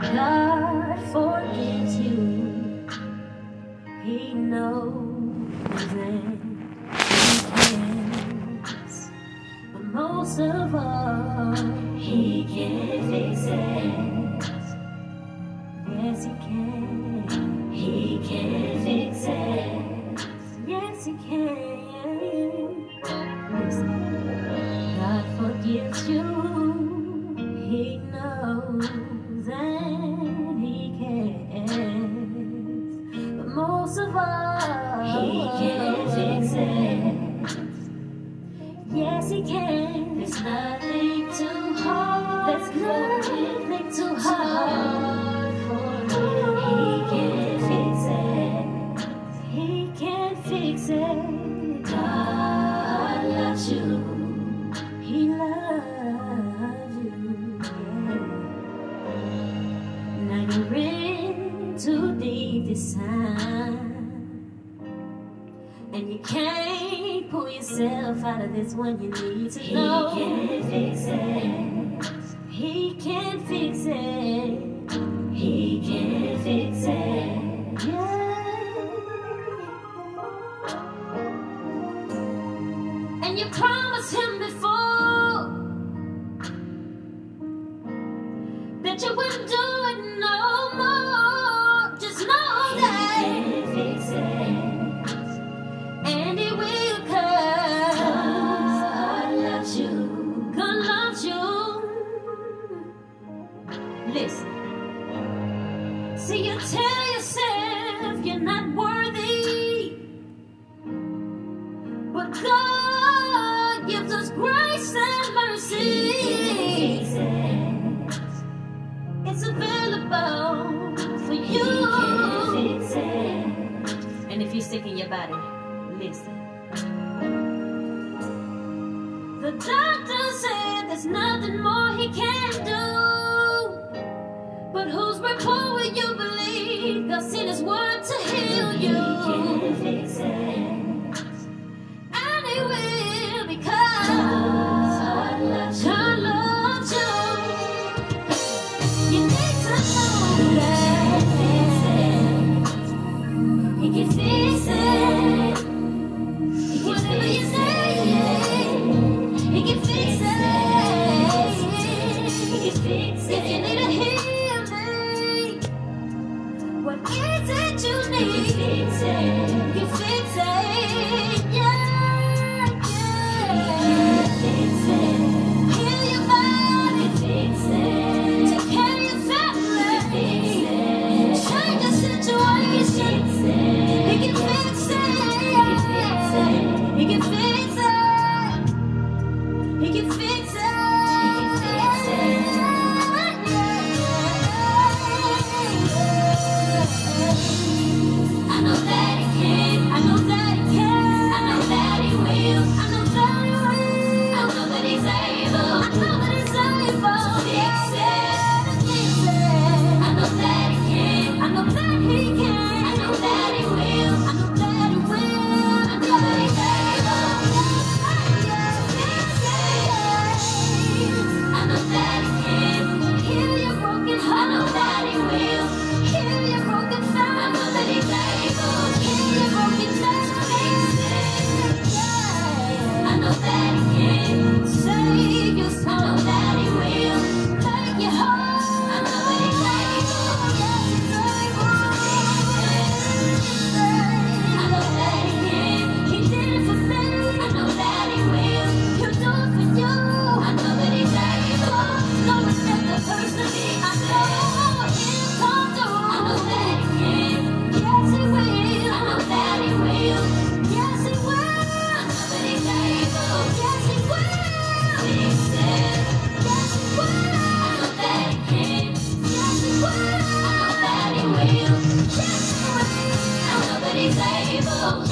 God forgives you. He knows and He cares. But most of all, He can fix it. Yes, He can. He can fix it. Yes, He can. Listen. God forgives you. He knows and He cares. But most of all, He can fix it. Yes, He can. There's nothing too hard. There's nothing too hard for Him. He can fix it. He can fix it. God loves you. He loves you. Yeah. Now you're in too deep this time. And you can't pull yourself out of this one. You need to he know. He can fix it. He can fix it. He can fix it. Yeah. And you promised him before that you wouldn't do it no more. Just know he that can fix it. And he will come. God loves you. God loves you. Listen. See, you tell yourself you're not worthy. But God gives us grace and mercy. It's available for you. And if you're sick in your body, listen. The doctor said there's nothing more he can do. But whose report will you believe? God sent his word to heal you. He can fix it anywhere because God loves you. God loves you. You need to know that He can fix it. Whatever you say, He can fix it. He can fix it. If you need a healing. What is it you need? You fix it. You fix it. Yeah, yeah. fix it. Heal your body. fix it. Take care of your family. fix it. Change your situation. fix it. You can fix it. You can fix it. He can fix it. He can fix it. I know that he can. I know that he can. I know that he will. I know that he will. I know that he's able. I know that he's able. Fix it. Fix it. I know that he can. I know that he can. I know that he will. I know that he will. I know that he's able. I know that he can heal your broken heart. I know that he will heal your broken family. I know that he's able. Heal your broken family. I know that he can save your soul. I know that he will make you whole. I know that he's able. Yes, he's able. I know that he can. He did it for me. I know that he will. He'll do it for you. I know that he's able. No respect the person he I know he'll come through. I know that he can. Yes, he will. I know that he will. Yes, he will. I know that he's able. Yes, he will. Fix it. Yes, he will. I know that he can. Yes, he will. I know that he will. Yes, he will. I know that he's able.